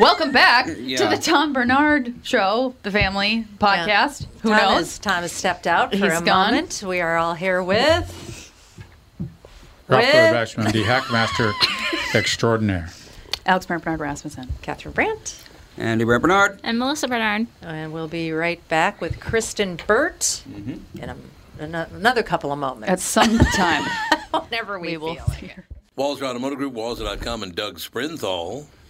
Welcome back Uh, to Yeah. the Tom Bernard Show, the family podcast. Who Tom knows? Has, Tom has stepped out for He's a gone. moment. We are all here with Ralph With- Bashman, the Hackmaster Extraordinaire. Alex Brant Bernard Rasmussen. Catherine Brandt. Andy Brett Bernard. And Melissa Bernard. And we'll be right back with Kristen Burt Mm-hmm. in a, an- another couple of moments. At some time, whenever we, we will. feel it. Walzer Automotive Group, Walzer.com, and Doug Sprinthal.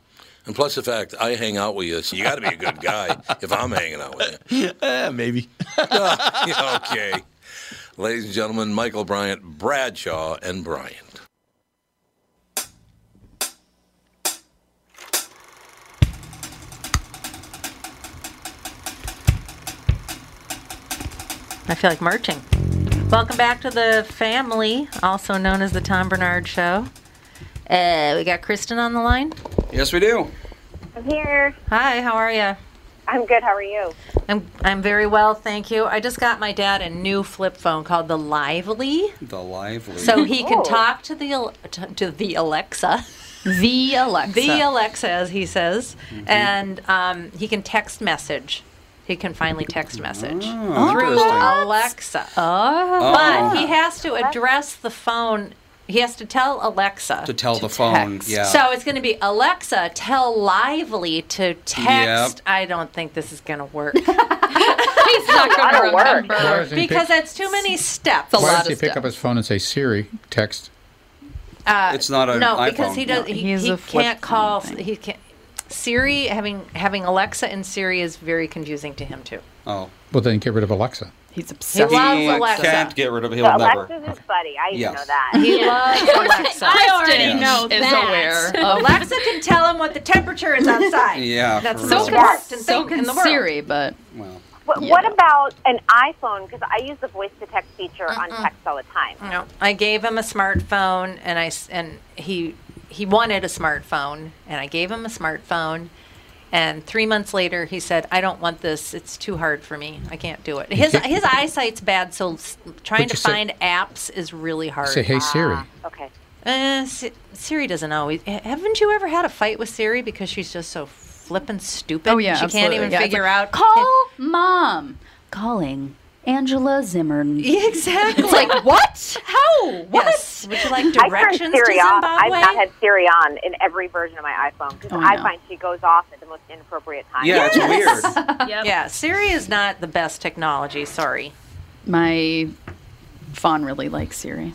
And plus the fact I hang out with you, so you got to be a good guy if I'm hanging out with you. Eh, maybe. okay. Ladies and gentlemen, Michael Bryant, Bradshaw, and Bryant. I feel like marching. Welcome back to the family, also known as the Tom Bernard Show. Uh, we got Kristen on the line. Yes, we do. I'm here. Hi, how are you? I'm good. How are you? I'm I'm very well, thank you. I just got my dad a new flip phone called the Lively, The lively. so he can Oh. talk to the Al- to to the Alexa. The Alexa. the Alexa, as he says, Mm-hmm. and um, he can text message. He can finally text message Ah, Oh, through Alexa. But he Ah. has to address the phone. He has to tell Alexa. to tell the phone. text. Yeah. So it's going to be Alexa, tell Lively to text. I don't think this is going to work He's not going to That'll work. remember. Why doesn't he because pick, that's too many steps. It's a why lot does he of pick stuff. up his phone and say Siri text? it's not an Uh, No, iPhone. because he does. No, He, he's he a flip can't call. phone thing. He can't. Siri having having Alexa and Siri is very confusing to him too. Oh. Well, then get rid of Alexa. He's He obsessed. loves He Alexa. can't get rid of he'll But never. Alexa's his buddy. I even Yes. know that. He loves Alexa. I already Yes. know is that. aware of Alexa can tell him what the temperature is outside. Yeah. That's for so real. so Really? can, Smart and so think can in the world. Siri, but Well, What, Yeah. what about an iPhone? Because I use the voice to text feature on text all the time. No, I gave him a smartphone, and I s- and he he wanted a smartphone, and I gave him a smartphone. And three months later, he said, "I don't want this. It's too hard for me. I can't do it." His can't- his eyesight's bad, so s- trying to But you say- find apps is really hard. Say, hey, Siri. Okay. Uh, Si- Siri doesn't always. ha- Haven't you ever had a fight with Siri because she's just so flippin' stupid? oh yeah, she absolutely. can't even Yeah, it's figure like, out. Call mom. Calling Angela Zimmern. exactly. It's like what? how? What? Yes. Would you like I turned directions to Siri off. I've Zimbabwe? not had Siri on in every version of my iPhone because Oh, I I know. find she goes off at the most inappropriate time. yeah, it's weird. Yeah, Siri is not the best technology. Sorry. My fawn really likes Siri.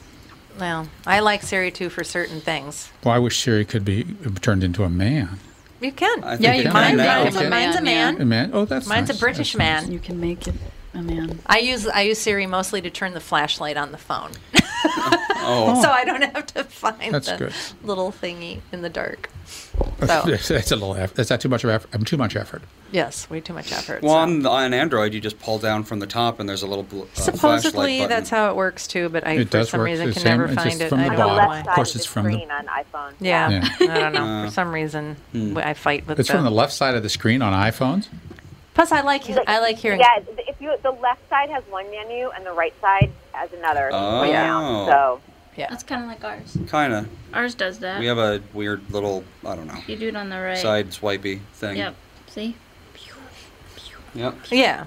Well, I like Siri too for certain things. Well, I wish Siri could be turned into a man. You can. I think Yeah, it you can can now. make mine's, him a mine's a man, yeah. man. A man? Oh, that's Mine's a nice. British That's nice. man. You can make it. Oh, man. I use I use Siri mostly to turn the flashlight on the phone, Oh, so I don't have to find That's the good. little thingy in the dark. So that's a little. Effort. That's not too much of effort. I'm too much effort. yes, way too much effort. well, so. on, on Android, you just pull down from the top, and there's a little bl- uh, flashlight Supposedly button. that's how it works too, but I It for does some work reason the can same, never it's just find it. from I the don't the know bottom. left Of side why. course, of it's the from the- screen on iPhone. Yeah, I don't know. For some reason, w I I fight with. hmm. It's the, from the left side of the screen on iPhones. Plus, I like I like hearing. Yeah, if you the left side has one menu and the right side has another. Oh. way down, so That's kind of like ours. kind of. Ours does that. Oh, We have a weird little, I don't know, you do it on the right. side swipey thing. Yep. See? Yep. Yeah,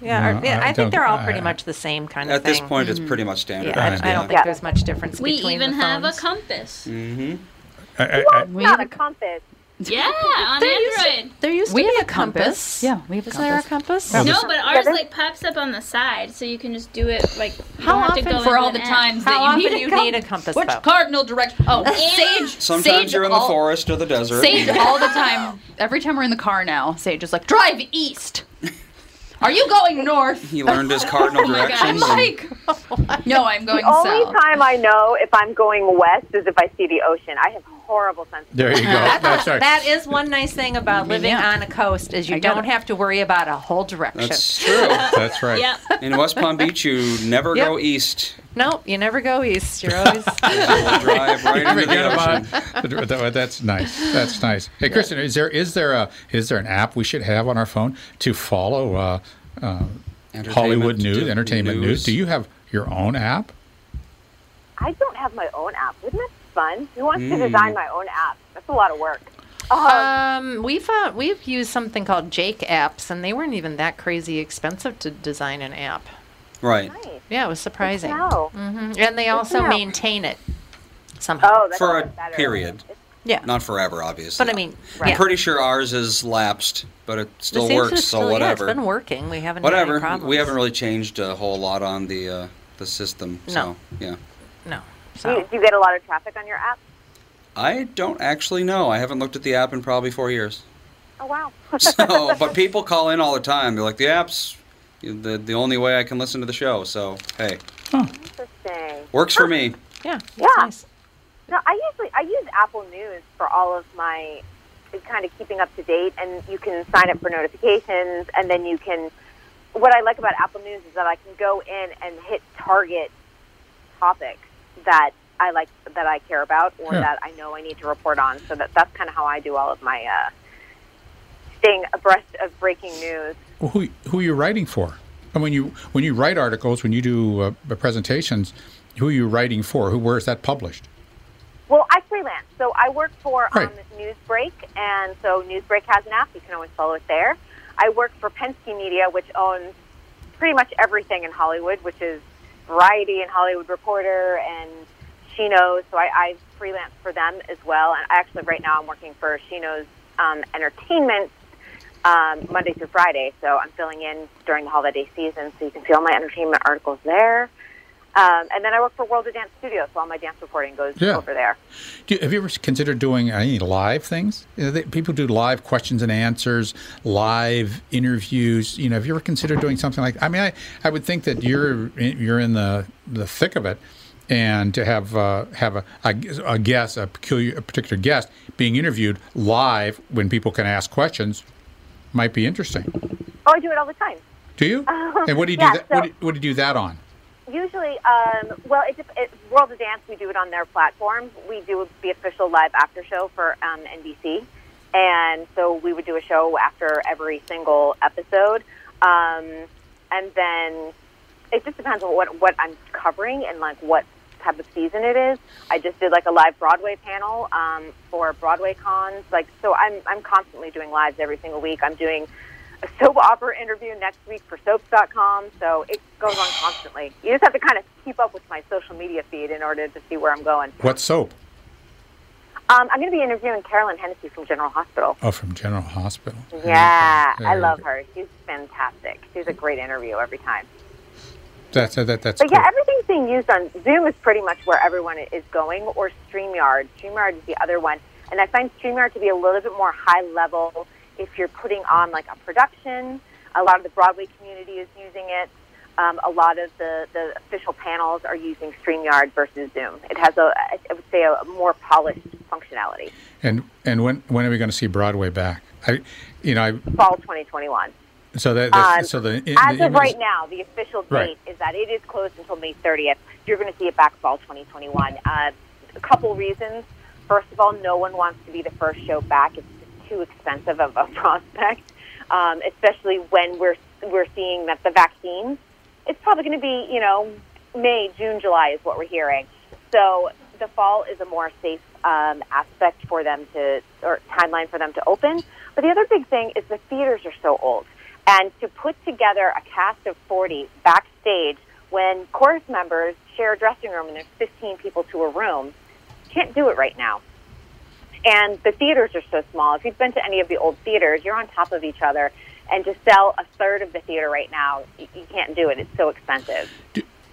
yeah. No, or, yeah I I, don't- think they're all I- pretty much the same kind of At thing. this point, Mm-hmm. it's pretty much standard. yeah, I, don't- I don't think Yeah. there's much difference We between even the have a phones. compass. I, I, I, We not have a a, compass. Yeah, on Android. There used to we be have a compass. Yeah, we have a Is compass. there a compass? Oh, No, this- but ours like pops up on the side, so you can just do it like. you How don't have to often go for into all an the app. times How that you often need you a compass. need a compass, Which though? cardinal direction? Oh, And- sage. Sometimes sage you're in the all- forest or the desert. Sage all the time. Every time we're in the car now, Sage is like, "Drive east." Are you going north? He learned his cardinal my gosh. directions. and- Like, no, oh, I'm going The only south. time I know if I'm going west is if I see the ocean. I have horrible sense. of there you go. That's right. That is one nice thing about living Yeah. on a coast is you I got don't it. have to worry about a whole direction. That's true. That's right. Yep. In West Palm Beach, you never Yep. go east. Nope, you never go east. You're always You drive right into the Forget ocean. about it. That- That's nice. That's nice. Hey, Kristen, is there is there a is there an app we should have on our phone to follow uh, uh, Entertainment Hollywood news, di- entertainment news. news. Do you have your own app? I don't have my own app. Wouldn't that be fun? Who wants Hmm. to design my own app? That's a lot of work. Um, Um, we've uh, we've used something called Jake apps, and they weren't even that crazy expensive to design an app. Right. nice. Yeah, it was surprising. No. hmm And they also know. maintain it somehow. Oh, that's For a even better. period. yeah. Not forever, obviously. but I mean, I'm yeah. pretty sure ours is lapsed, but it It still seems works, to so still- yeah, whatever. it's been working. We haven't had any whatever. problems. We haven't really changed a whole lot on the uh, the system. So, yeah. no. Do you, So do you get a lot of traffic on your app? I don't actually know. I haven't looked at the app in probably four years. Oh wow. So, but people call in all the time. They're like, the app's the, the only way I can listen to the show. So, hey, Interesting. works for me. yeah, that's Yeah. nice. No, I usually I use Apple News for all of my kind of keeping up to date, and you can sign up for notifications, and then you can. What I like about Apple News is that I can go in and hit target topics that I like that I care about or Yeah. that I know I need to report on. So that that's kind of how I do all of my uh, staying abreast of breaking news. Well, who who are you writing for? And when you when you write articles, when you do uh, presentations, who are you writing for? Who where is that published? Well, I freelance, so I work for Right. um, Newsbreak, and so Newsbreak has an app. You can always follow it there. I work for Penske Media, which owns pretty much everything in Hollywood, which is Variety and Hollywood Reporter and Chino. So I, I freelance for them as well. And actually, right now, I'm working for Chino's um, Entertainment um, Monday through Friday. So I'm filling in during the holiday season, so you can see all my entertainment articles there. Um, and then I work for World of Dance Studios, so all my dance reporting goes Yeah. over there. Do, have you ever considered doing any live things? You know, they, people do live questions and answers, live interviews. You know, have you ever considered doing something like? I mean, I, I would think that you're in- you're in the the thick of it, and to have uh, have a, a, a guest, a peculiar, a particular guest being interviewed live when people can ask questions, might be interesting. Oh, I do it all the time. Do you? And what do you Uh-huh. Yeah, do? That, what, so- do, what do you do that on? Usually, um, well, it's, it's World of Dance. We do it on their platform. We do the official live after show for um, NBC, and so we would do a show after every single episode, um, and then it just depends on what what I'm covering and like what type of season it is. I just did like a live Broadway panel um, for Broadway cons. Like so, I'm I'm constantly doing lives every single week. I'm doing a soap opera interview next week for soaps.com. So it goes on constantly. You just have to kind of keep up with my social media feed in order to see where I'm going. What soap? Um, I'm going to be interviewing Carolyn Hennessy from General Hospital. Oh, from General Hospital. Yeah, I There love you go. her. She's fantastic. She's a great interview every time. That's that, that's. But yeah, cool. everything's being used on Zoom is pretty much where everyone is going, or StreamYard. StreamYard is the other one, and I find StreamYard to be a little bit more high level if you're putting on like a production A lot of the Broadway community is using it. Um, a lot of the, the official panels are using StreamYard versus Zoom. It has, a, I I would say, a more polished functionality. And and when when are we going to see Broadway back? I, you know, I, Fall 2021. so that Um, so the, the As of emails- right now, the official date Right. is that it is closed until May 30th. You're going to see it back fall 2021. Uh, a couple reasons. First of all, no one wants to be the first show back. It's just too expensive of a prospect, um, especially when we're we're seeing that the vaccines. It's probably going to be you know May, June, July is what we're hearing. So the fall is a more safe um, aspect for them to or timeline for them to open. But the other big thing is the theaters are so old. And to put together a cast of 40 backstage when chorus members share a dressing room and there's 15 people to a room, can't do it right now. And the theaters are so small. If you've been to any of the old theaters, you're on top of each other. And to sell a third of the theater right now, you, you can't do it. It's so expensive.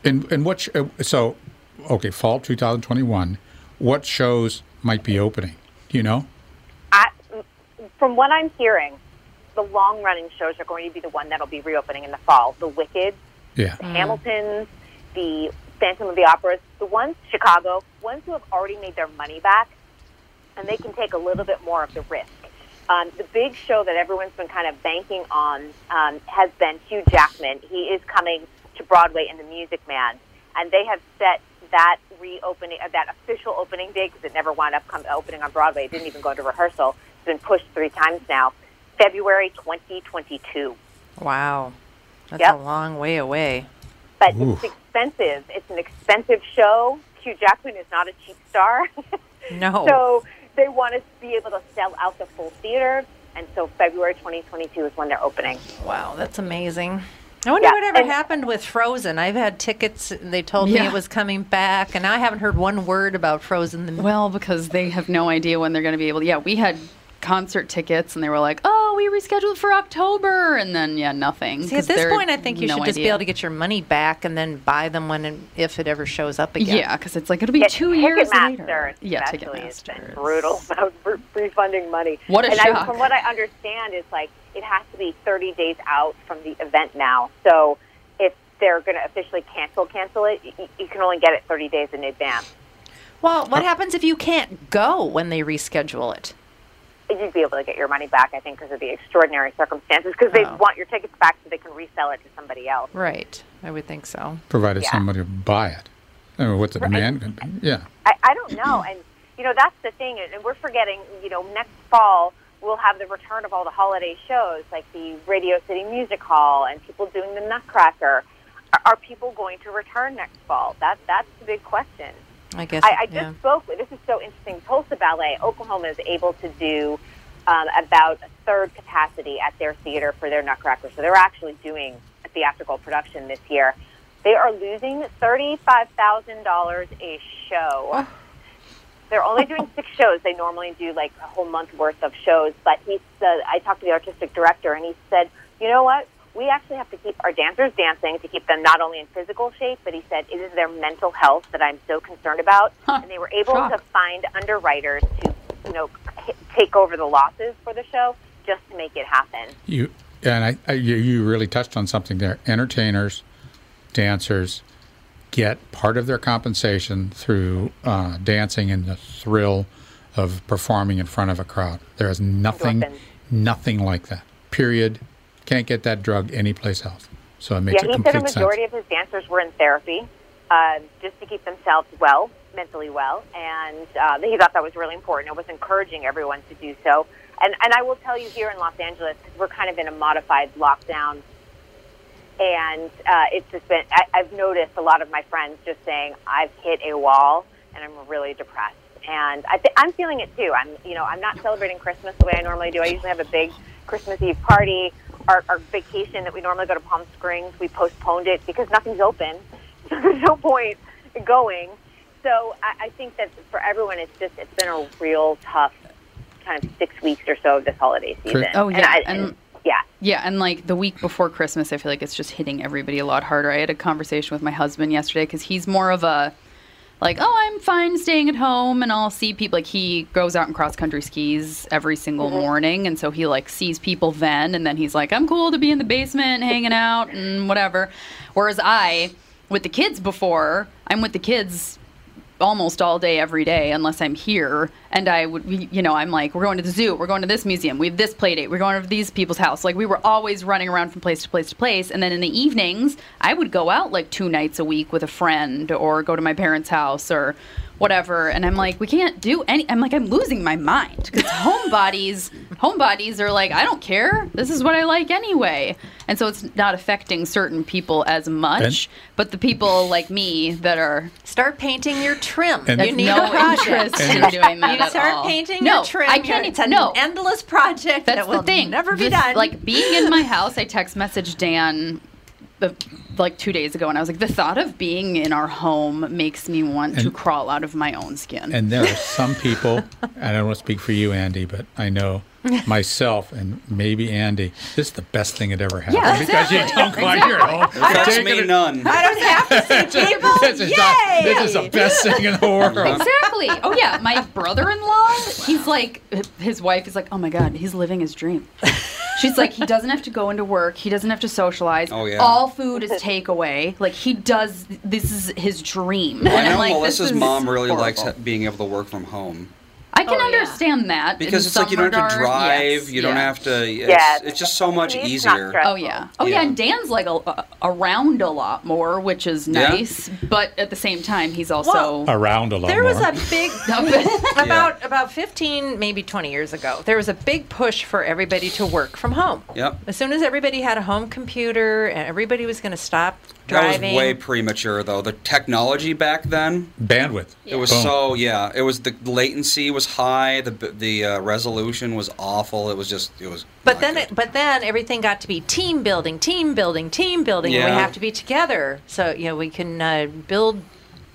And and what sh- uh, so okay, fall 2021, what shows might be opening? Do you know? I, from what I'm hearing, the long running shows are going to be the one that'll be reopening in the fall. The Wicked, Yeah. the Hamiltons, the Phantom of the Operas, the ones Chicago, ones who have already made their money back, and they can take a little bit more of the risk. Um, the big show that everyone's been kind of banking on um, has been Hugh Jackman. He is coming to Broadway in The Music Man, and they have set that reopening, uh, that official opening day, because it never wound up come, opening on Broadway. It didn't even go into rehearsal. It's been pushed three times now. February 2022. Wow. That's Yep. a long way away. but Oof. it's expensive. It's an expensive show. Hugh Jackman is not a cheap star. Oh. No. so they want to be able to sell out the full theater. And so February 2022 is when they're opening. Wow, that's amazing. I wonder Yeah, whatever and- happened with Frozen. I've had tickets. and They told me Yeah. it was coming back, and I haven't heard one word about Frozen. The Well, because they have no idea when they're going to be able to. Yeah, we had concert tickets and they were like, oh, we rescheduled for October. And then, yeah, nothing. See, 'cause at this they're- point, I think you no should just be idea. able to get your money back and then buy them when and if it ever shows up again. Yeah, because it's like, it'll be Yeah, two years Ticketmaster later. Yeah, especially has been Ticketmaster. brutal about re- refunding money. What a and I, shock. from what I understand is like it has to be 30 days out from the event now. So if they're going to officially cancel, cancel it, you, you can only get it 30 days in advance. Well, what happens if you can't go when they reschedule it? you'd be able to get your money back, I think, because of the extraordinary circumstances, because they Oh. want your tickets back so they can resell it to somebody else. Right. I would think so. Provided Yeah. somebody will buy it. I mean, what the demand could be. Yeah. I, I don't know. And, you know, that's the thing. And we're forgetting, you know, next fall we'll have the return of all the holiday shows, like the Radio City Music Hall and people doing the Nutcracker. Are, are people going to return next fall? That, that's the big question. I guess. I, I just yeah. spoke with, this is so interesting. Tulsa Ballet, Oklahoma is able to do um, about a third capacity at their theater for their Nutcracker. So they're actually doing a theatrical production this year. They are losing $35,000 a show. Oh. They're only doing six shows. They normally do like a whole month worth of shows. But he said, I talked to the artistic director, and he said, you know what? We actually have to keep our dancers dancing to keep them not only in physical shape, but he said it is their mental health that I'm so concerned about. Huh. And they were able Shock. to find underwriters to, you know, h- take over the losses for the show just to make it happen. You and I, I you, you really touched on something there. Entertainers, dancers get part of their compensation through uh, dancing and the thrill of performing in front of a crowd. There is nothing Endorphins. nothing like that. Period. Can't get that drug anyplace else. So it makes Yeah, it he complete said a sense. majority of his dancers were in therapy uh, just to keep themselves well, mentally well, and uh, he thought that was really important. It was encouraging everyone to do so. And and I will tell you here in Los Angeles, we we're kind of in a modified lockdown, and uh, it's just been. I, I've noticed a lot of my friends just saying I've hit a wall and I'm really depressed. And I th- I'm feeling it too. I'm, you know, I'm not celebrating Christmas the way I normally do. I usually have a big Christmas Eve party. Our, our vacation that we normally go to Palm Springs, we postponed it because nothing's open, so there's no point in going. So I, I think that for everyone, it's just it's been a real tough kind of six weeks or so of this holiday season. Oh, and, yeah, I, and- and yeah. Yeah, and like the week before Christmas, I feel like it's just hitting everybody a lot harder. I had a conversation with my husband yesterday because he's more of a like, oh, I'm fine staying at home, and I'll see people. Like he goes out and cross country skis every single Mm-hmm. morning, and so he like sees people then, and then he's like, I'm cool to be in the basement hanging out and whatever. Whereas I, with the kids before, I'm with the kids almost all day every day unless I'm here and I would we- you know I'm like we're going to the zoo we're going to this museum we have this play date we're going to these people's house like we were always running around from place to place to place and then in the evenings I would go out like two nights a week with a friend or go to my parents house or whatever and I'm like we can't do any I'm like I'm losing my mind cuz homebodies homebodies are like I don't care this is what I like anyway and so it's not affecting certain people as much but the people like me that are Start painting your trim. And- you I've need no a project. interest in doing that You at start all. painting No, your trim. I can't- It's an no. endless project That's that will the thing. never be This- done. Like being in my house, I text messaged Dan the, like two days ago, and I was like, the thought of being in our home makes me want to And- crawl out of my own skin. And there are some people, and I don't want to speak for you, Andy, but I know myself and maybe Andy, this is the best thing that ever happened. Yeah, because you don't exactly. like your home. That's me, none. I don't have to see people. This is, not, this is the best thing in the world. exactly. Oh yeah, my brother-in-law. He's like, his wife is like, oh my god, he's living his dream. She's like, he doesn't have to go into work. He doesn't have to socialize. Oh, yeah. All food is takeaway. Like he does. This is his dream. I And I'm know like, this Melissa's is mom really horrible. likes ha- being able to work from home I can Oh, yeah. understand that because in it's like you some don't have to regard. drive, Yes, you don't yeah. have to. It's, Yeah. it's just so much It's not easier. stressful. Oh yeah. Oh yeah. Yeah. And Dan's like a, a- around a lot more, which is Yeah. nice. But at the same time, he's also Around a lot There more. was a big about about 15 maybe 20 years ago. There was a big push for everybody to work from home. Yep. As soon as everybody had a home computer and everybody was going to stop That driving. was way premature, though. The technology back then, bandwidth. it was Boom. so yeah. It was the latency was high, the the uh, resolution was awful. It was just it was. but not then good. it, but then everything got to be team building, team building, team building. And Yeah. we have to be together. So, you know, we can uh, build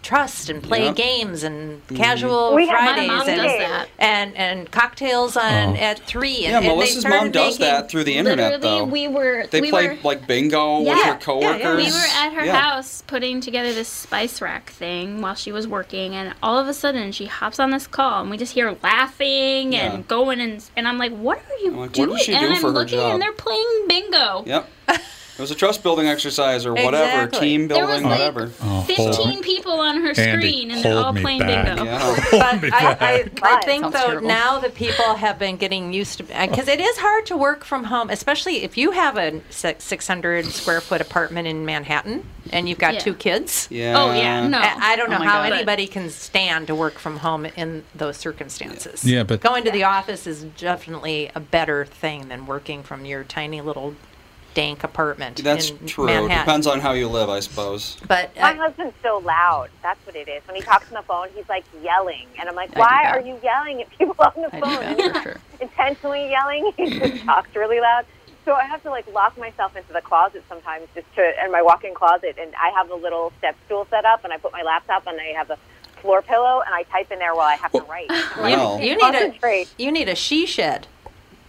trust and play Yep. games and Mm-hmm. casual We have- my Fridays mom and, does that. and and cocktails on Oh. at 3 and, yeah, and they Melissa's mom started does making- that through the internet, Literally, though. we were they we play were, like bingo with Yeah, her yeah, yeah. coworkers. We we were at her Yeah. house putting together this spice rack thing while she was working, and all of a sudden she hops on this call, and we just hear laughing Yeah. and going, and and I'm like, "What are you I'm like, what doing?" does she do and for her I'm looking, job? and they're playing bingo. Yep. It was a trust building exercise or whatever, Exactly. team There was, building, like, whatever. Oh, hold- 15 people on her Andy, screen, and they're hold all me playing back. bingo. Yeah. Hold me But I, back. I, I Right. think Sounds though terrible. now that people have been getting used to because it is hard to work from home, especially if you have a si- 600 square foot apartment in Manhattan and you've got Yeah. two kids. Yeah. Oh yeah, no. I I don't Oh know my how God. anybody can stand to work from home in those circumstances. Yeah, but- going to the office is definitely a better thing than working from your tiny little dank apartment. That's in true. Manhattan. Depends on how you live, I suppose. But My uh, husband's so loud. That's what it is. When he talks on the phone, he's like yelling, and I'm like, do "Why that. are you yelling at people on the I do phone?" that And he's for not sure. Intentionally yelling. He just talks really loud. So I have to like lock myself into the closet sometimes, just to in my walk-in closet, and I have a little step stool set up, and I put my laptop, and I have a floor pillow, and I type in there while I have to write. Like, Wow. you need a Concentrate. you need a she shed.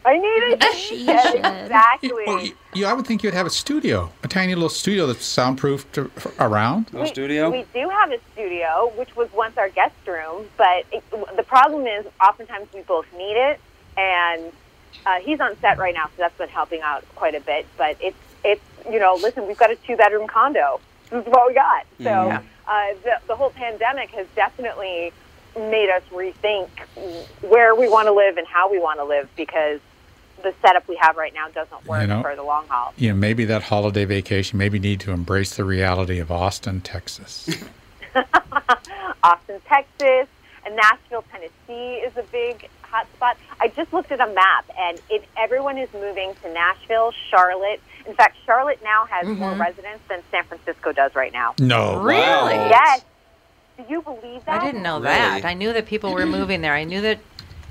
I need it. She Yes, should. exactly. Well, y- yeah, I would think you'd have a studio, a tiny little studio that's soundproofed a- f- around. No we, studio? We do have a studio, which was once our guest room, but it, the problem is oftentimes we both need it, and uh, he's on set right now, so that's been helping out quite a bit. But it's it's you know, listen, we've got a two bedroom condo. This is what we got. So uh, the, the whole pandemic has definitely made us rethink where we want to live and how we want to live because the setup we have right now doesn't work You know- for the long haul. You know, maybe that holiday vacation, maybe you need to embrace the reality of Austin, Texas. Austin, Texas, and Nashville, Tennessee is a big hot spot. I just looked at a map, and it everyone is moving to Nashville, Charlotte. In fact, Charlotte now has more residents than San Francisco does right now. No. Really? Wow. Yes, do you believe that? I didn't know Really? that. I knew that people were moving there. I knew that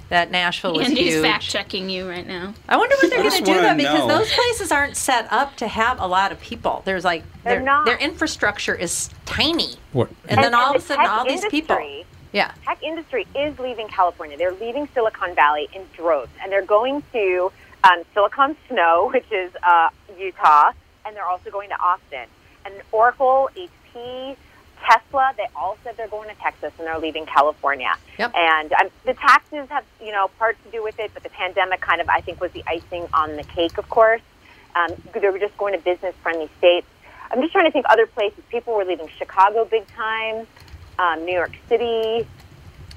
that Nashville was Andy's huge. fact checking you right now. I wonder what they're I going to just do wanna though, because know. those places aren't set up to have a lot of people. There's like They're their not. their infrastructure is tiny, What? and, then all the of a sudden, tech all these people. industry- Yeah. Tech industry is leaving California. They're leaving Silicon Valley in droves, and they're going to um, Silicon Snow, which is uh, Utah, and they're also going to Austin. And Oracle, HP, Tesla, they all said they're going to Texas and they're leaving California. Yep. And um, the taxes have, you know, part to do with it, but the pandemic kind of, I think, was the icing on the cake, of course. Um, they were just going to business friendly states. I'm just trying to think other places. People were leaving Chicago big time, um, New York City.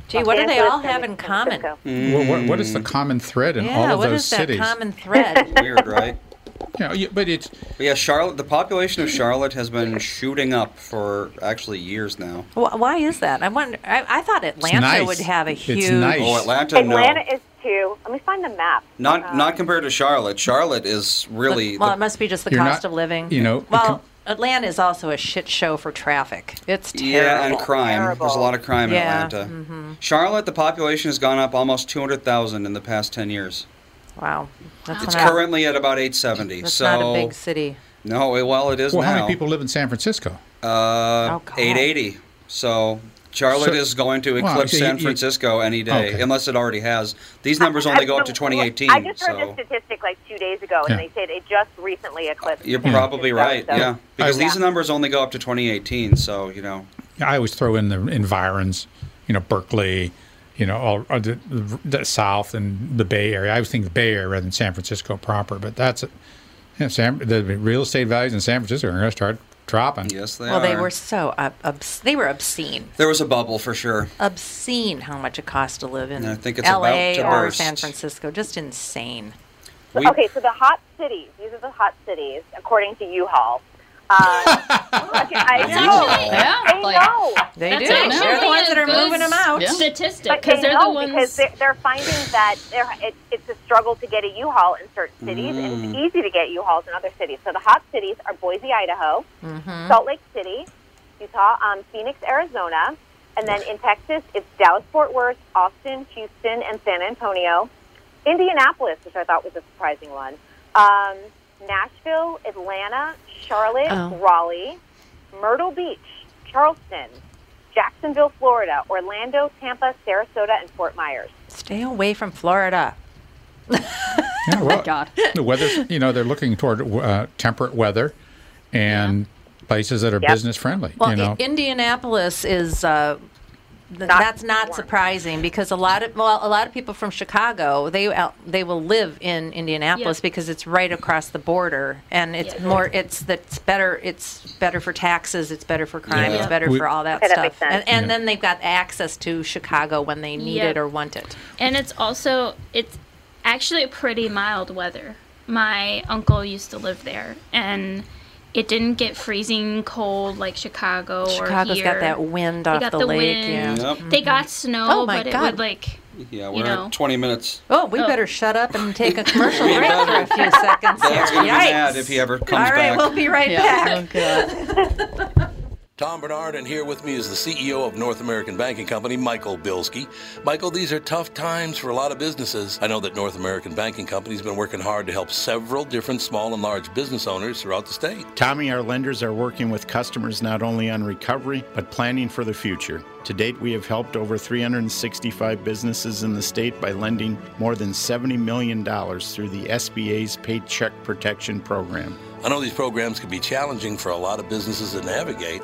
Gee, what do Los they all Angeles, have in San common? Francisco. What, what, what is the common thread in all Mm. Yeah, of what those is that cities? common thread? Weird, right? Yeah, you- but it's But yeah, Charlotte. The population of Charlotte has been shooting up for actually years now. Wh- Why is that? I wonder. I, I thought Atlanta nice. would have a It's huge. nice. Oh, Atlanta, Atlanta no. is two. Let me find the map. Not Um, not compared to Charlotte. Charlotte is really. well, the- it must be just the You're cost not- of living. you know, it Well, com- Atlanta is also a shit show for traffic. It's terrible. yeah, and crime. Terrible. There's a lot of crime in Yeah, Atlanta. Charlotte, the population has gone up almost 200,000 in the past 10 years. Wow, that's It's not, currently at about 870. Mm-hmm. That's so not a big city. no, it- well, it is well, now. how many people live in San Francisco? Uh, Oh, God. 880. So So- Charlotte is going to Wow, eclipse so you- San you- Francisco any day, Okay. unless it already has. These numbers I- only go up to so- 2018. I just heard so this statistic like two days ago, and Yeah. they said it just recently eclipsed. you're San probably Francisco, right. so- Yeah, because Hmm. I- these numbers only go up to 2018. So you know, I always throw in the environs, you know, Berkeley, you know, all uh, the, the South and the Bay Area. I always think the Bay Area rather than San Francisco proper, but that's it. Yeah, San, the real estate values in San Francisco are going to start dropping. yes, they Well, are. they were so ob- obs- they were obscene, There was a bubble for sure. obscene how much it costs to live in And I think it's L.A. about to or burst. San Francisco. Just insane. We- okay, so the hot cities. These are the hot cities according to U-Haul. Um, okay, I know. Actually, yeah, They like- know, They That's do. actually They're the ones a that are good moving them out. Yeah. Statistic but because they they're know the ones. because they're, they're finding that they're, it, it's a struggle to get a U-Haul in certain cities, and it's Mm. easy to get U-Hauls in other cities. So the hot cities are Boise, Idaho, Mm-hmm. Salt Lake City, Utah, um, Phoenix, Arizona, and then in Texas, it's Dallas, Fort Worth, Austin, Houston, and San Antonio. Indianapolis, which I thought was a surprising one. Um, Nashville, Atlanta, Charlotte, Oh. Raleigh, Myrtle Beach, Charleston, Jacksonville, Florida, Orlando, Tampa, Sarasota, and Fort Myers. Stay away from Florida. Yeah, well, God. The weather's, you know, they're looking toward uh, temperate weather and places that are Yep. business friendly. Well, you know, I- Indianapolis is. Uh, th- that's not warm. surprising because a lot of well, a lot of people from Chicago they out- they will live in Indianapolis Yeah. because it's right across the border and it's Yeah. more it's that's better it's better for taxes it's better for crime Yeah. it's better We- for all that Okay, that stuff makes sense. and, and Yeah. then they've got access to Chicago when they need Yeah. it or want it. And it's also it's actually pretty mild weather. My uncle used to live there, and it didn't get freezing cold like Chicago or Chicago's here. got that wind off got the, the lake. wind. Yeah. Yep. They got snow, Oh my but it God. would like Yeah, You we're know. at 20 minutes. Oh, we Oh. better shut up and take a commercial break better. for a few seconds. That's here. gonna be mad Yikes. if he ever comes All right, back. we'll be right back. Tom Bernard, and here with me is the CEO of North American Banking Company, Michael Bilski. Michael, these are tough times for a lot of businesses. I know that North American Banking Company's been working hard to help several different small and large business owners throughout the state. Tommy, our lenders are working with customers not only on recovery, but planning for the future. To date, we have helped over 365 businesses in the state by lending more than $70 million through the SBA's Paycheck Protection Program. I know these programs can be challenging for a lot of businesses to navigate.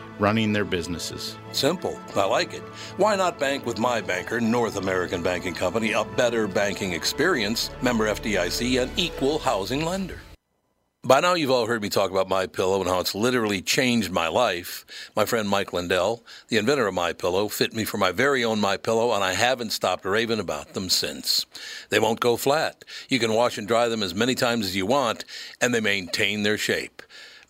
running their businesses. Simple. I like it. Why not bank with my banker, North American Banking Company, a better banking experience, member FDIC, an equal housing lender? By now, you've all heard me talk about My Pillow and how it's literally changed my life. My friend Mike Lindell, the inventor of My Pillow, fit me for my very own My Pillow, and I haven't stopped raving about them since. They won't go flat. You can wash and dry them as many times as you want, and they maintain their shape.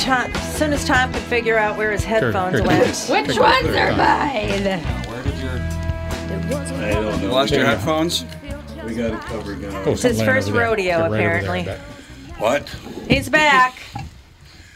Tom, soon as Tom could figure out where his headphones here it went. is. Which Figure ones it are out. mine? Where did your I don't you know. lost your headphones? We got it covered now. Oh, It's something his laying first over there. rodeo, Get right over there, apparently. I bet. What? He's back.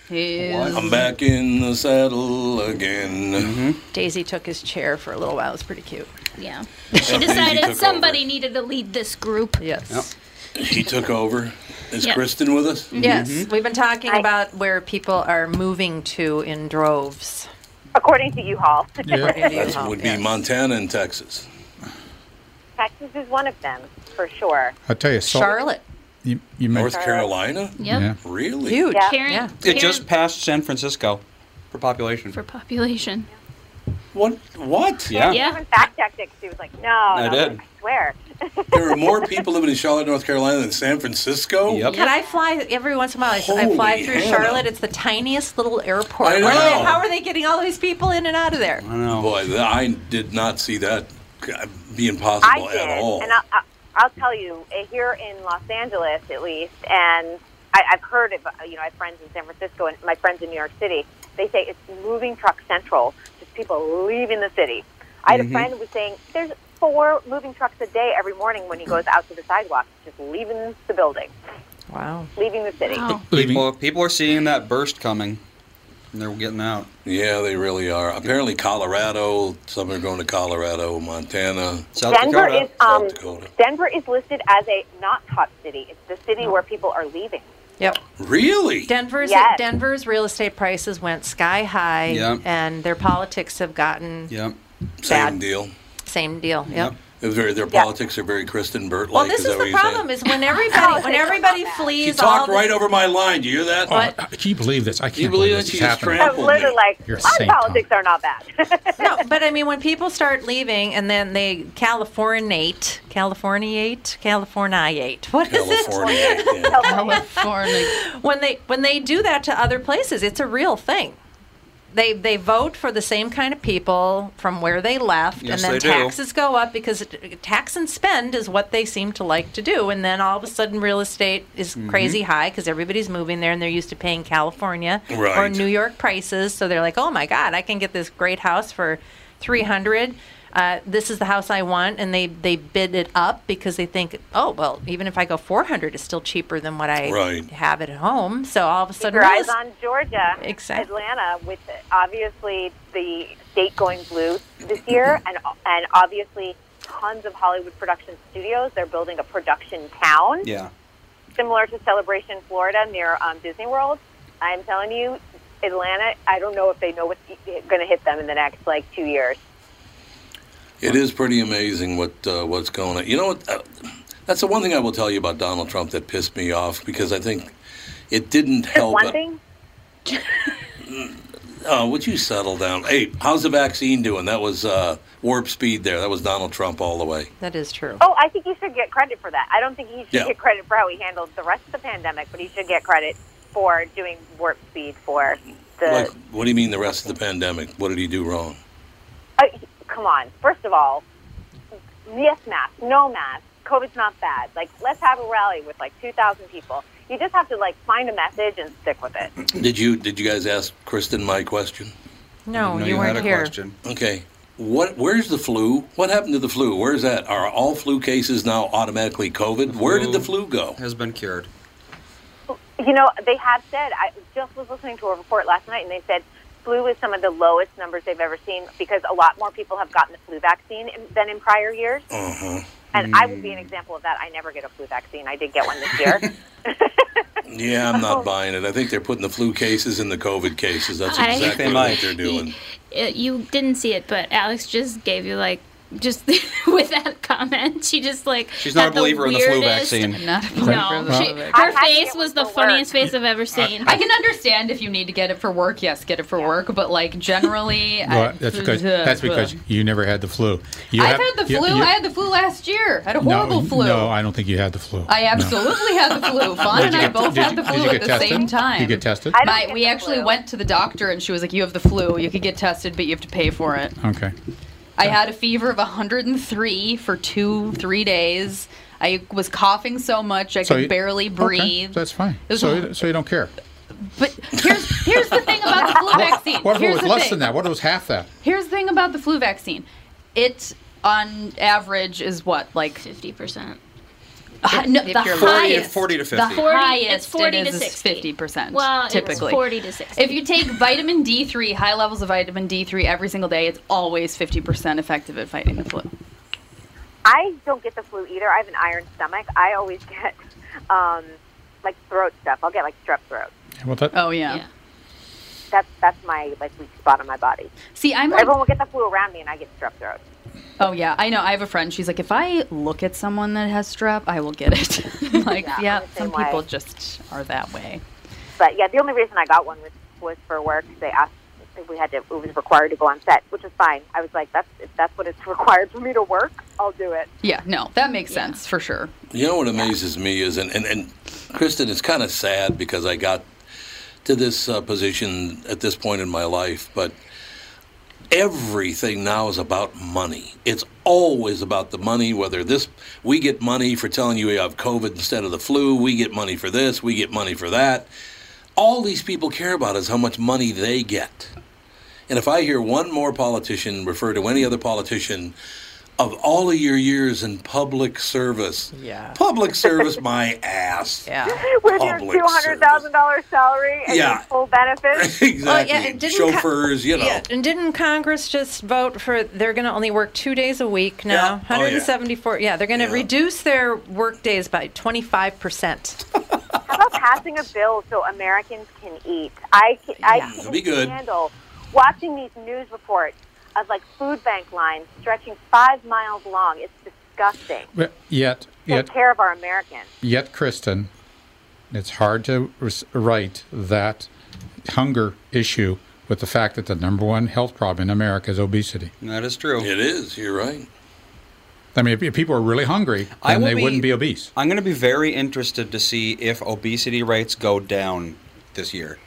His- I'm back in the saddle again. Mm-hmm. Daisy took his chair for a little while. It was pretty cute. Yeah. She took over. decided somebody needed to lead this group. Yes. He took over. Is Yep. Kristen with us? Mm-hmm. Yes. Mm-hmm. We've been talking about where people are moving to in droves. According to U-Haul, Yeah. That would be Montana and Texas. Texas is one of them for sure. I'll tell you, salt, Charlotte. You, you mentioned- North Carolina? Yep. Yeah. Really? Huge. Yeah. Karen, Yeah. It Karen just passed San Francisco for population. for population. What? What? yeah. Yeah. Even fact checked it. 'cause She was like, "No, I I, was did. Like, I swear." There are more people living in Charlotte, North Carolina than San Francisco? Yep. Can I fly every once in a while? I, s- I fly Holy through hell. Charlotte. It's the tiniest little airport. I Where are they- know. how are they getting all these people in and out of there? I know. Boy, th- I did not see that being I possible did, at all. and I, I, I'll tell you, uh, here in Los Angeles, at least, and I, I've heard of. uh, You know, I have friends in San Francisco and my friends in New York City. They say it's moving truck central. Just people leaving the city. I Mm-hmm. had a friend who was saying there's four moving trucks a day every morning when he goes out to the sidewalk, just leaving the building, Wow. leaving the city. Wow. People, people are seeing that burst coming, and they're getting out. yeah, they really are. Apparently, Colorado. Some are going to Colorado, Montana. South Denver Dakota. is um, South Dakota. Denver is listed as a not hot city. It's the city where people are leaving. Yep. Really? Denver's Yes. Denver's real estate prices went sky high, Yep. and their politics have gotten yep. bad. Same deal. same deal. Yep. They're Very, their Yeah. politics are very Kristen Burt. Well, this is, is, that what the you're saying? problem: is when everybody when everybody She flees all talked the right over my line. Do you hear that? Oh, can you believe this? I can't you believe believe this that is she just happening. I was trampled me? literally like, You're a our saint, Tom. politics are not bad. no, but I mean, when people start leaving and then they Californiate, Californiate, Californiate. What is California. it? yeah. California. When they when they do that to other places, it's a real thing. They they vote for the same kind of people from where they left, Yes, and then they do. taxes go up because it- tax and spend is what they seem to like to do. And then all of a sudden, real estate is Mm-hmm. crazy high because everybody's moving there and they're used to paying California or Right. New York prices. So they're like, oh my God, I can get this great house for 300. Uh, this is the house I want, and they, they bid it up because they think, oh well, even if I go 400, it's still cheaper than what I Right. have at home. So all of a Keep sudden, your real eyes es- on Georgia, Exactly. Atlanta, with obviously the state going blue this year, Mm-hmm. and and obviously tons of Hollywood production studios. They're building a production town Yeah. similar to Celebration Florida near um, Disney World. I'm telling you, Atlanta. I don't know if they know what's going to hit them in the next like two years. It is pretty amazing what uh, what's going on. You know what? Uh, that's the one thing I will tell you about Donald Trump that pissed me off because I think it didn't Just help. one thing. Oh, would you settle down? Hey, how's the vaccine doing? That was uh, warp speed there. That was Donald Trump all the way. that is true. Oh, I think he should get credit for that. I don't think he should Yeah. get credit for how he handled the rest of the pandemic, but he should get credit for doing warp speed for the. Like, what do you mean the rest of the pandemic? What did he do wrong? Uh, come on. First of all, yes, mask, no mask. COVID's not bad. Like, let's have a rally with like 2,000 people. You just have to like find a message and stick with it. Did you did you guys ask Kristen my question? No, I know Oh, you had weren't a here. question. Okay. What? Where's the flu? What happened to the flu? Where's that? Are all flu cases now automatically COVID? Where did the flu go? Has been cured. You know, they have said, I just was listening to a report last night and they said flu is some of the lowest numbers they've ever seen because a lot more people have gotten the flu vaccine in, than in prior years. Uh huh. And I would be an example of that. I never get a flu vaccine. I did get one this year. Yeah, I'm not buying it. I think they're putting the flu cases in the COVID cases. That's I- exactly They what might. they're doing. It, you didn't see it, but Alex just gave you like just with that comment. She just like She's not had a believer in the flu weirdest- vaccine. Not a believer No, in the she, flu vaccine. her face was the funniest face I've ever seen. I can understand if you need to get it for work. Yes, get it for work. But like generally, Well, I- that's because that's because you never had the flu. You I've have- had the you- flu. you- I had the flu last year. I had a no, horrible flu. No, I don't think you had the flu. I No. absolutely had the flu. Fawn Did and you I get- both did had you- the did you flu get at the tested? same Did time. you get tested? I don't My, we actually went to the doctor and she was like, "You have the flu. You could get tested, but you have to pay for it." Okay. I had a fever of 103 for two, three days. I was coughing so much I So could you- barely okay, breathe. that's fine. It was So, a- you- so you don't care. Here's the thing about the flu vaccine. What if it Here's was the less thing. than that? What if it was half that? Here's the thing about the flu vaccine. It, on average, is what like 50 percent. no, the you're lucky. highest, 40 to 50. The 40 highest it's 40 it to is, 60. fifty percent. Well, it's typically 40 to 60. If you take vitamin D three, high levels of vitamin D three every single day, it's always fifty percent effective at fighting the flu. I don't get the flu either. I have an iron stomach. I always get um, like throat stuff. I'll get like strep throat. oh yeah. That's that's my like weak spot on my body. See, I'm like- everyone will get the flu around me, and I get strep throat. Oh yeah, I know. I have a friend. She's like, if I look at someone that has strep, I will get it. I'm like, yeah, some way. people just are that way. But yeah, the only reason I got one was was for work. They asked if we had to. It was required to go on set, which is fine. I was like, that's if that's what it's required for me to work. I'll do it. Yeah, no, that makes sense for sure. You know what amazes me is, and, and, and Kristen, it's kind of sad because I got to this uh, position at this point in my life, but everything now is about money. It's always about the money, whether this, we get money for telling you you have COVID instead of the flu, we get money for this, we get money for that. All these people care about is how much money they get. And if I hear one more politician refer to any other politician of all of your years in public service, Yeah. public service my ass. Yeah. With your Public two hundred thousand dollars salary and Yeah. your full benefits. Exactly. Oh, yeah, and didn't co- Chauffeurs, you know. Yeah, and didn't Congress just vote for they're going to only work two days a week now? Yeah. Oh, yeah. 174. yeah. they're going to reduce their work days by 25 percent. How about passing a bill so Americans can eat? I can, I Yeah. can't That'd be good. handle watching these news reports of like food bank lines stretching five miles long. It's disgusting. But yet, Take yet, care of our Americans. yet, Kristen, it's hard to res- write that hunger issue with the fact that the number one health problem in America is obesity. That is true. It is. You're right. I mean, if, if people are really hungry, I then will they be- wouldn't be obese. I'm going to be very interested to see if obesity rates go down this year.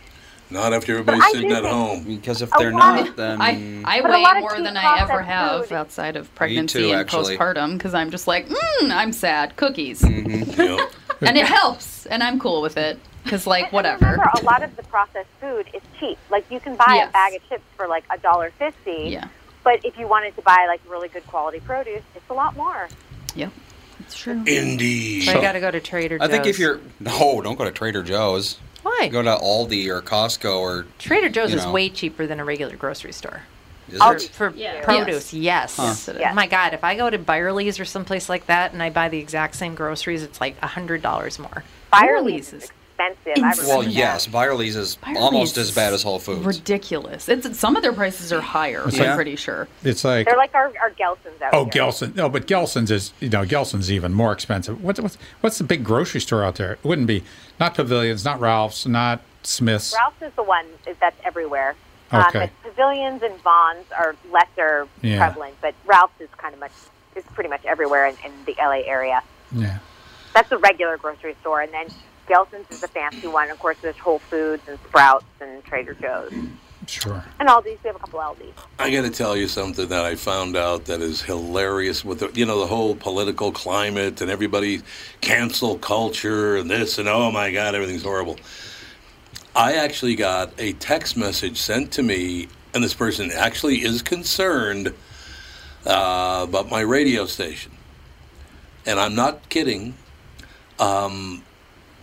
Not after everybody's I sitting do at think- home. Because Oh, if A they're lot not, of- then I, I But a lot weigh of more than I cheap ever processed have food. outside of pregnancy too, and actually. postpartum because I'm just like, mm, I'm sad. Cookies, Mm-hmm. Yep. and it helps, and I'm cool with it because like And whatever. Remember, a lot of the processed food is cheap. Like you can buy Yes. a bag of chips for like a dollar fifty. Yeah. But if you wanted to buy like really good quality produce, it's a lot more. Yep, it's true. Indeed. I got to go to Trader I Joe's. think if you're no, don't go to Trader Joe's. Why? Go to Aldi or Costco or Trader Joe's you is know. way cheaper than a regular grocery store. is I'll- it? For Yeah. produce, yes. Yes, it is. Oh my God, if I go to Byerly's or someplace like that and I buy the exact same groceries, it's like hundred dollars more. Byerly's is expensive. I Well, remember that. yes, Byerly's is Byerly's almost as is bad as Whole Foods. Ridiculous. It's some of their prices are higher. Yeah. I'm pretty sure. It's like, They're like our, our Gelsons out oh, here. Gelson. No, but Gelson's is you know Gelson's even more expensive. What's what's what's the big grocery store out there? It wouldn't be not Pavilions, not Ralph's, not Smith's. Ralph's is the one that's everywhere. Um, Okay. but pavilions and Vons are lesser Yeah. prevalent, but Ralph's is kind of much is pretty much everywhere in, in the LA area. Yeah. That's a regular grocery store, and then Gelson's is a fancy one. Of course, there's Whole Foods and Sprouts and Trader Joe's Sure. and Aldi's. We have a couple Aldi's. I got to tell you something that I found out that is hilarious with the, you know the whole political climate and everybody cancel culture and this and oh my god everything's horrible. I actually got a text message sent to me, and this person actually is concerned uh, about my radio station, and I'm not kidding. Um,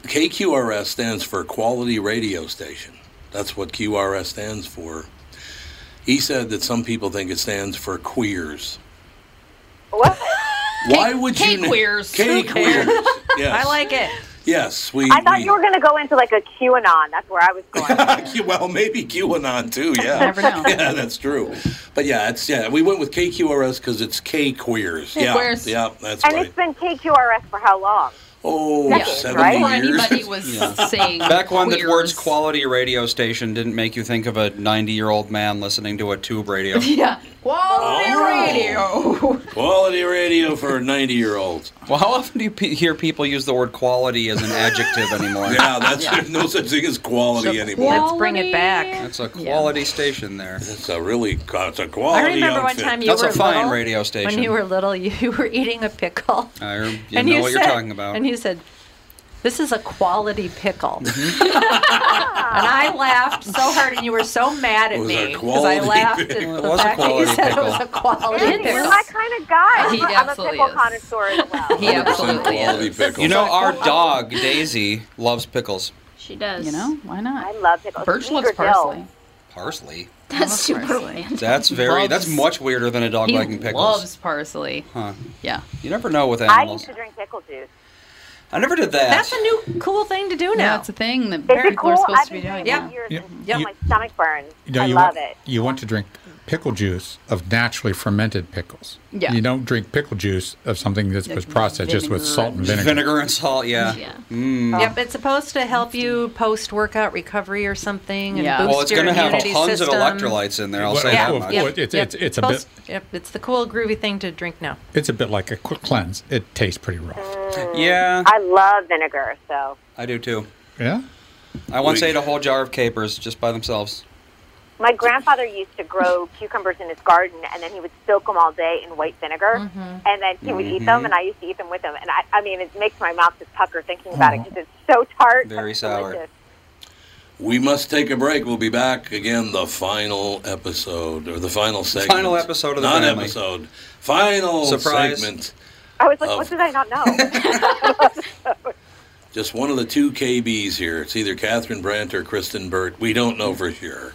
KQRS stands for Quality Radio Station. That's what QRS stands for. He said that some people think it stands for queers. What? Why would you? na- K-queers. K queers. I Yes. like it. Yes. We. I thought we- you were going to go into like a QAnon. That's where I was going. well, maybe QAnon too. Yeah, Never know. Yeah, that's true. But yeah, it's yeah. We went with KQRS because it's K queers. Yeah, K-queers. yeah, that's and right. it's been KQRS for how long? Oh, Yeah. seven Right? Before years. anybody was saying Back when the words queers. quality radio station didn't make you think of a 90 year old man listening to a tube radio. Yeah. Oh. Quality radio. Quality radio for ninety-year-olds. Well, how often do you pe hear people use the word quality as an adjective anymore? Yeah, that's there's no such thing as quality anymore. Let's bring it back. That's a quality station there. It's a really it's a quality. I remember one outfit. time you That's were a fine little, radio station. When you were little, you, you were eating a pickle. I rem- you know what you're talking about. And you said, "This is a quality pickle," Mm-hmm. and I laughed so hard, and you were so mad It at was a me because I quality laughed pickle. at It the was a fact that you quality said it pickle. was a quality It You're pickle. my kind of guy. He I'm a absolutely pickle is. connoisseur as well. He absolutely Quality is. pickles. You know, our dog, Daisy, loves pickles. She does. You know, why I not? love pickles. Birch loves Eager dill. parsley. Parsley? that's super parsley. random. That's very, that's Loves- much weirder than a dog He liking pickles. loves parsley. Huh. Yeah. You never know with I animals. used to drink pickle juice. I never did that. That's a new cool thing to do now. That's a thing that Is it people are cool? supposed I've to be been doing. doing Yeah. it years. Yeah. and Yeah. My stomach burns. No, I you love want, it. You want to drink pickle juice of naturally fermented pickles. Yeah. You don't drink pickle juice of something that was processed just with vinegar salt and vinegar. vinegar. and salt, yeah. Mm, Yeah. Yep, it's supposed to help you post workout recovery or something, and Yeah. boost Well, it's your going to have immunity tons system. of electrolytes in there, I'll Well, say yeah. that Well, much. yeah. Well, it's- it's- it's a bit- Supposed- Yep, it's the cool groovy thing to drink now. It's a bit like a quick cleanse. It tastes pretty rough. Yeah, I love vinegar. So I do too. Yeah. I once Wait. ate a whole jar of capers just by themselves. my grandfather used to grow cucumbers in his garden, and then he would soak them all day in white vinegar, Mm-hmm. and then he would eat them. And I Mm-hmm. used to eat them with him. And I, I mean, it makes my mouth just pucker thinking about Oh. it because it's so tart. Very and it's sour. delicious. We must take a break. We'll be back again. The final episode or the final segment. final episode of the not family. episode. Final Surprise. segment. I was like, Of- what did I not know? Just one of the two KBs here. It's either Catherine Brandt or Kristen Burt. We don't know for sure.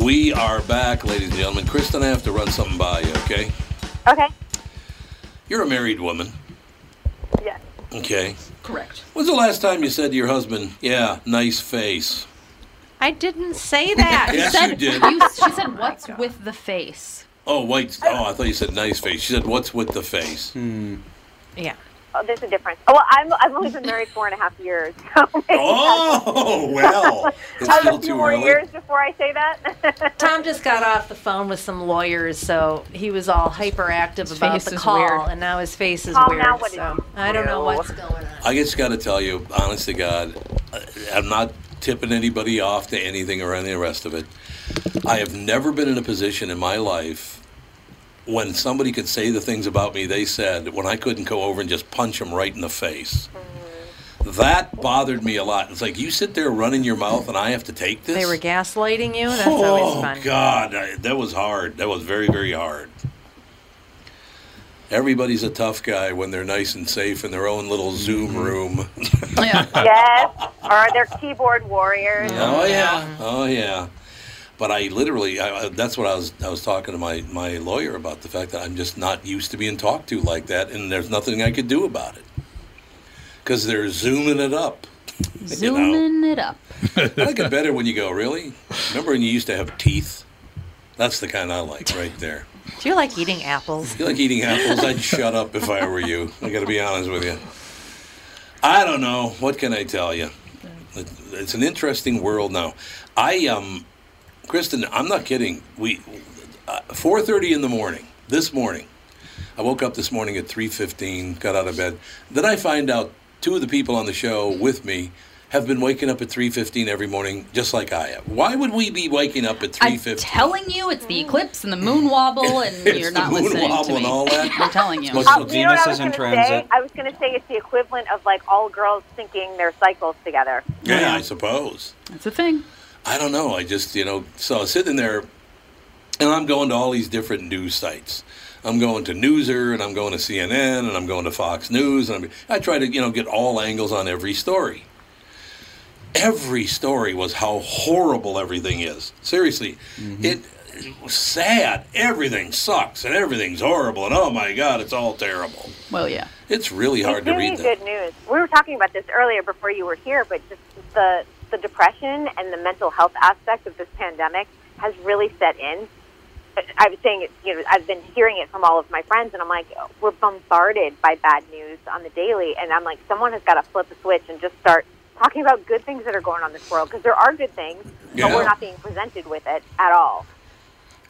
We are back, ladies and gentlemen. Kristen, I have to run something by you, okay? okay. You're a married woman, Yes. okay? Correct. When's the last time you said to your husband, yeah, nice face? I didn't say that. Yes, you did. You, she said, "What's with the face?" Oh, wait. Oh, I thought you said nice face. She said, what's with the face? Yeah. Oh, there's a difference. Oh, well, I'm, I've only been married four and a half years. So maybe Oh, well. It's I have still a few too more early. years before I say that. Tom just got off the phone with some lawyers, so he was all hyperactive about face the is call, weird. and now his face is Oh, weird. now what did so he I don't know do? what's going on. I just got to tell you, honest to God, I- I'm not tipping anybody off to anything or any of the rest of it. I have never been in a position in my life when somebody could say the things about me they said when I couldn't go over and just punch them right in the face. That bothered me a lot. It's like you sit there running your mouth and I have to take this. They were gaslighting you. That's always Oh fun. God, I, that was hard. That was very, very hard. Everybody's a tough guy when they're nice and safe in their own little Zoom room. Yeah. yes. Or they're keyboard warriors. Oh yeah, oh yeah. But I literally, I, I- that's what I was. I was talking to my my lawyer about the fact that I'm just not used to being talked to like that, and there's nothing I could do about it because they're zooming it up. Zooming it up. I like it better when you go, really? Remember when you used to have teeth? That's the kind I like right there. Do you like eating apples? You like eating apples? I'd shut up if I were you. I got to be honest with you. I don't know. What can I tell you? It- It's an interesting world now. I um, Kristen, I'm not kidding. We, uh, 4:30 in the morning this morning. I woke up this morning at 3:15, got out of bed. Then I find out two of the people on the show with me have been waking up at 3:15 every morning, just like I am. Why would we be waking up at 3:15? Telling you it's Mm. the eclipse and the moon wobble, and It's you're the not moon listening wobble to me. and all that. I'm telling you. It's much- So Uh, you know what Venus I was is in gonna transit. Say? I was going to say it's the equivalent of like all girls syncing their cycles together. Yeah, I suppose. That's a thing. I don't know. I just, you know, so I was sitting there and I'm going to all these different news sites. I'm going to Newser and I'm going to CNN and I'm going to Fox News and I'm, I try to, you know, get all angles on every story. Every story was how horrible everything is. Seriously, Mm-hmm. it, it was sad. Everything sucks and everything's horrible and oh my God, it's all terrible. Well, yeah. It's really hard to It's read really that. good news. We were talking about this earlier before you were here, but just the the depression and the mental health aspect of this pandemic has really set in. I- I was saying it, you know, I've been hearing it from all of my friends, and I'm like, we're bombarded by bad news on the daily, and I'm like, someone has got to flip a switch and just start talking about good things that are going on in this world because there are good things, but Yeah. we're not being presented with it at all.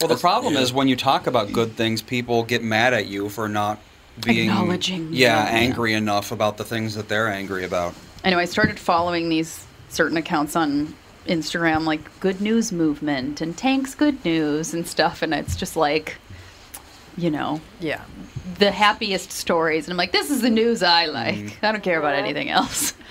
Well, the problem is when you talk about good things, people get mad at you for not being Acknowledging. Yeah, Yeah. angry enough about the things that they're angry about. Anyway, I started following these certain accounts on Instagram, like Good News Movement and Tanks Good News and stuff, and it's just like, you know, yeah, the happiest stories. And I'm like, this is the news I Mm-hmm. like. I don't care about anything else.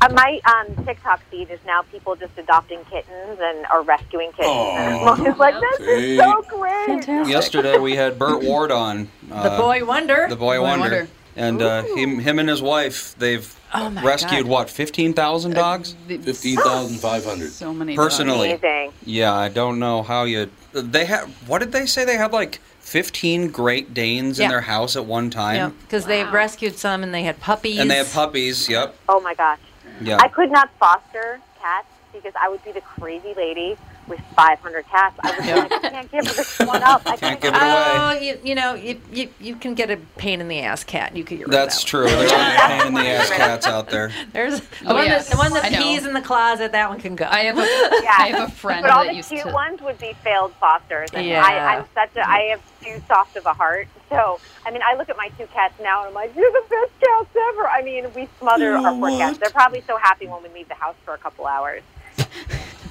Uh, my um, TikTok feed is now people just adopting kittens and are rescuing kittens. and Oh. I'm always like, this See? is so great. Yesterday we had Burt Ward on. uh, wonder. The boy, wonder. And uh, him, him and his wife, they've Oh my rescued God. Uh, what fifteen thousand dogs. Fifteen thousand five hundred. So many Personally, Amazing. yeah, I don't know how you. They have. What did they say? They had like fifteen Great Danes Yeah. in their house at one time, yeah, because they rescued some and they had puppies. and they had puppies. Yep. Oh my gosh. Yeah. I could not foster cats because I would be the crazy lady with 500 cats. I would be like, I can't give this one up. I can't give it Oh, you, you know, you, you you can get a pain in the ass cat. You could get rid of That's true. There's are pain in the ass cats out there. that. There's the Oh, one yes. that the one that I know. pees in the closet. That one can go. I have a, Yeah. I have a friend But all that the used cute to. ones would be failed fosters. And Yeah. I, I'm such a, I have too soft of a heart. So, I mean, I look at my two cats now and I'm like, you're the best cats ever. I mean, we smother our poor cats. They're probably so happy when we leave the house for a couple hours.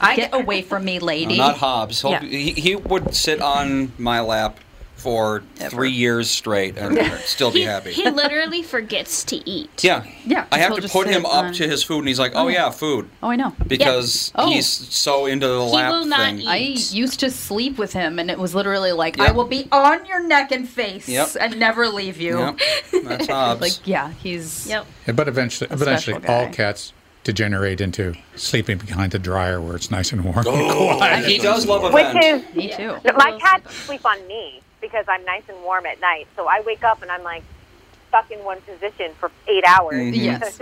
I get away from me, lady. No, not Hobbs. He'll, Yeah. he, he would sit on my lap for three years straight and still be He- happy. He literally forgets to eat. yeah. Yeah, I have he'll to just put sit him up on- to his food, and he's like, "Oh yeah, food," Oh, I know. because Yeah. Oh. he's so into the He lap will not thing. eat. I used to sleep with him, and it was literally like, Yep. I will be on your neck and face Yep. and never leave you. Yep. That's Hobbs. Like, yeah, he's. Yep. Yeah, but eventually, special eventually, all guy. cats degenerate into sleeping behind the dryer where it's nice and warm. and Oh, quiet. he does love Which events. is Me too. No, my cats sleep on me because I'm nice and warm at night. So I wake up and I'm like stuck in one position for eight hours. Mm-hmm. Mhm. Yes.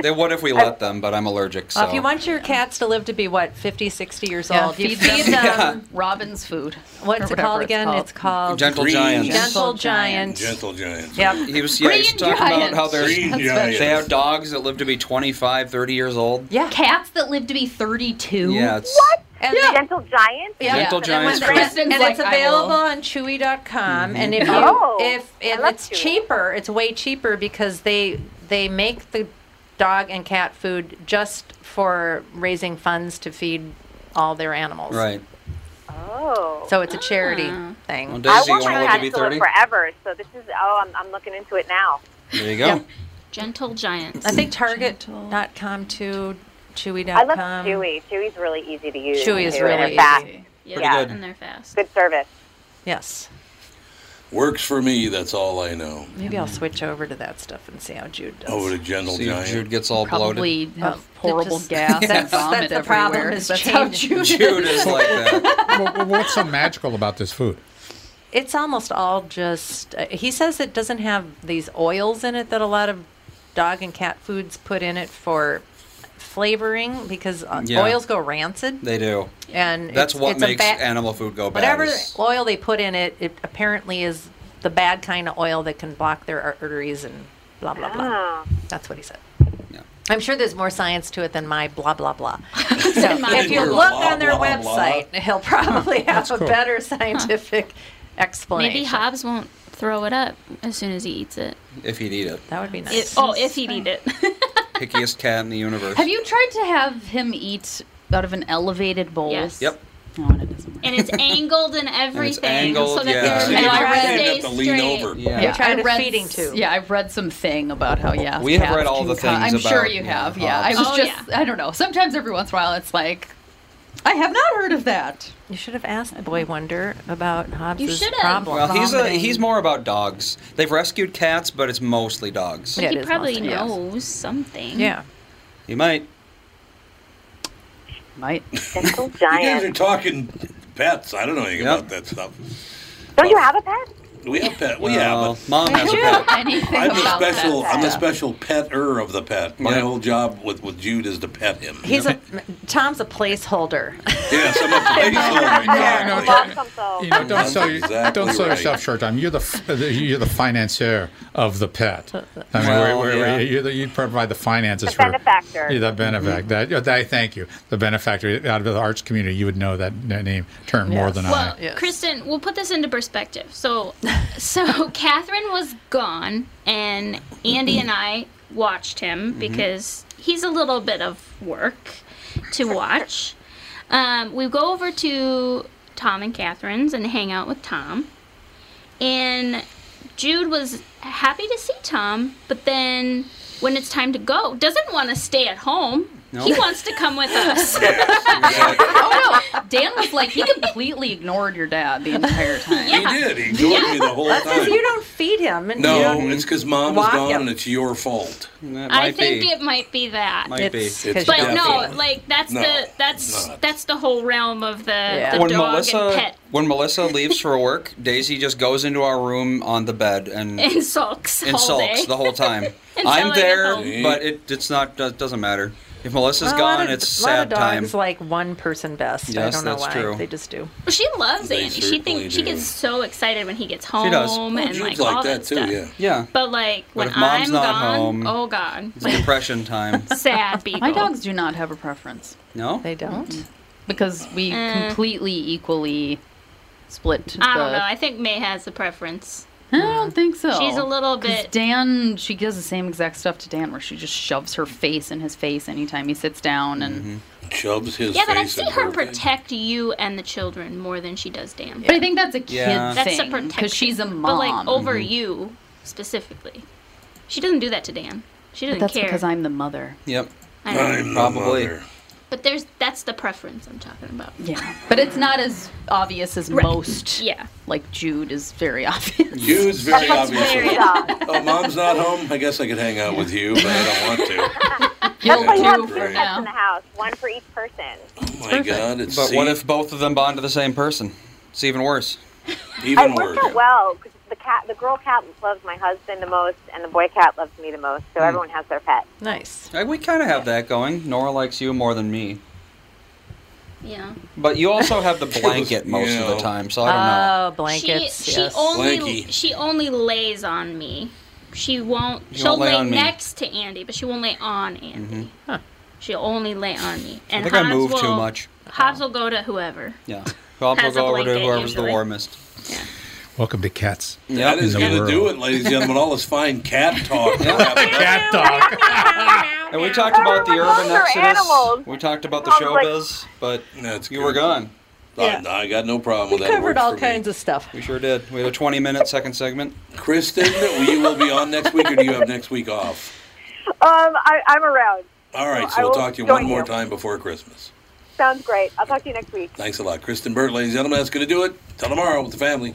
They would if we let them, but I'm allergic. So Well, if you want your cats to live to be what 50, 60 years Yeah, old, you feed feed them- them. Robin's food. or What's it whatever called again? It's called, gentle Green giants. Gentle Giant. Gentle giants. Yep. He was, yeah, he's Green talking about giants. how there's Green they giants. have dogs that live to be 25, 30 years old. Yeah. Cats that live to be 32. Yeah, it's And The Gentle giant. Yeah. Gentle And Giants when- Christmas. And, Kristen's it's like, I will. available on Chewy.com. And if you, Oh, if I and love it's Chewy. cheaper, it's way cheaper because they they make the dog and cat food just for raising funds to feed all their animals. right. Oh. So it's a charity Ah. thing. Well, I Daisy, you want want my to live to cats be to live 30? forever. So this is oh, I'm, I'm looking into it now. There you go. Gentle giants. I think Target.com too, Chewy.com. I love Chewy. Chewy's really easy to use. Chewy is too, and really they're fast. easy. Yeah. good. And they're fast. Good service. Yes. Works for me, that's all I know. Maybe I'll switch over to that stuff and see how Jude does. Mm-hmm. Over to Gentle See if Giant. Jude gets all bloated. Probably have Oh, horrible just- gas and that's- that's vomit the everywhere. problem is that's how change. Jude is. Jude is like that. Well, well, what's so magical about this food? It's almost all just. Uh, he says it doesn't have these oils in it that a lot of dog and cat foods put in it for flavoring because uh, Yeah. oils go rancid. They do. And it's- That's what it's a makes ba- animal food go bad. Whatever is- oil they put in it, it apparently is the bad kind of oil that can block their arteries and blah blah blah. That's what he said. I'm sure there's more science to it than my blah blah blah. So if you blah, look blah, on their blah, website, he'll probably have a better scientific explanation. Maybe Hobbs won't throw it up as soon as he eats it. if he'd eat it. That would be It- oh, if he'd eat it. Pickiest cat in the universe. Have you tried to have him eat out of an elevated bowl? Yes. Yep. and it's angled and everything. angled, so that yeah. their So you mouth don't stays really have to lean straight. over. Yeah. Yeah, We tried I a read feeding s- tube. Yeah, I've read some thing about how yeah. We have cats read all can the cut- things I'm sure about, you yeah, have. Yeah, I hogs. was Oh, just I don't know. Sometimes every once in a while it's like I have not heard of that. You should have asked Boy Wonder about Hobbs' should've. problem. Well, he's a, Vomiting. he's more about dogs. They've rescued cats, but it's mostly dogs. But he probably knows something. Yeah. He might. Might. You guys are talking pets. I don't know anything about that stuff. Don't you have a pet? We have pet. We have. But mom has a Do you know anything I'm the about that special. I'm the stuff? special petter of the pet. My whole job with, with Jude is to pet him. He's a Tom's a placeholder. yes, I'm a placeholder. no, exactly. You know, don't sell, your- Exactly don't sell right. yourself short, Tom. You're the f- the- you're the financier of the pet. I mean, Well, we're- we're- yeah. you're the, you provide the finances The for benefactor. Yeah, the benefactor. That, that- thank you, the benefactor out of the arts community. You would know that n- name term more than Well, I. Kristen, we'll put this into perspective. So, so Catherine was gone, and Andy and I watched Mm-hmm. him because he's a little bit of work to watch. um, we go over to Tom and Catherine's and hang out with Tom, and Jude was happy to see Tom, but then when it's time to go, doesn't want to stay at home. He Nope. wants to come with us. oh no, Dan was like he completely ignored your dad the entire time. He did. He ignored me the whole That's time. because you don't feed him. And you no, don't- it's because mom is walk gone him. and it's your fault. I think it might be that. Might be. It's- It's but no, definitely like that's not. the that's Not. that's the whole realm of the, the when dog and Melissa pet when Melissa leaves for work, Daisy just goes into our room on the bed and and sulks and all sulks day. the whole time. Until I I'm get there, home. but it, it's not it doesn't matter. If Melissa's Well, a lot gone, of- it's a lot sad of time. dogs like one person best. I Yes, don't know that's why. true. They just do. she loves They Andy. She certainly thinks she do. gets so excited when he gets home She does. and Oh, Well, Oh, like, Jude's all like that, that, too, stuff. yeah. Yeah. But like But when if mom's I'm not gone, home- oh god, It's depression time. sad beagle. My dogs do not have a preference. No, they don't. Mm-hmm. Because we Uh. completely equally split. I don't the- know. I think May has the preference. I don't think so. She's a little 'Cause bit- Dan, she does the same exact stuff to Dan, where she just shoves her face in his face anytime he sits down, and Shoves his yeah, but I face see in her her face. protect you and the children more than she does Dan. But I think that's a kid Yeah. That's a thing protection. because she's a mom. But like over Mm-hmm. you specifically, she doesn't do that to Dan. She But doesn't that's care. because I'm the mother. Yep. I know. I'm the Probably. But there's that's the preference I'm talking about. Yeah, but it's not as obvious as most. Yeah. Like Jude is very obvious. Jude's very obviously. Dog. Oh, mom's not home. I guess I could hang out with you, but I don't want to. That's why you have Jude two right pets in the house, one for each person. Oh my God! It's but what see, if both of them bond to the same person? It's even worse. even it worse. worked out well because the cat, the girl cat, loves my husband the most, and the boy cat loves me the most. Hmm. So everyone has their pet. Nice. Uh, We kind of have that going. Nora likes you more than me, Yeah. but you also have the blanket most of the Yeah. time. So I don't Uh, know. Oh, blankets. she she yes. only Blankie. she only lays on me. She won't You she'll won't lay lay, on me. Mm. next to Andy, but she won't lay on Andy. Mm-hmm. She'll only lay on me. And I think I Hobbs move will, too much. Hobbs will go to whoever. Yeah. Well, I'll Has a go over to blanket whoever's usually. the warmest. Welcome to cats. Yeah. That is In the going to do world. it, ladies and gentlemen. All this fine cat talk. Crap. Cat dog. And we talked about the Everyone urban loves their exodus. animals. We talked about the I was like- showbiz, but That's you good. were gone. I, I got no problem We with that. It covered worked all for me. kinds of stuff. We sure did. We had a 20 minute second segment. Kristen, you will be on next week, or do you have next week off? Um, I, I'm around. All right, I so we'll will talk to you join one more you. time before Christmas. Sounds great. I'll talk to you next week. Thanks a lot, Kristen Burt, ladies and gentlemen. That's going to do it. Till tomorrow with the family.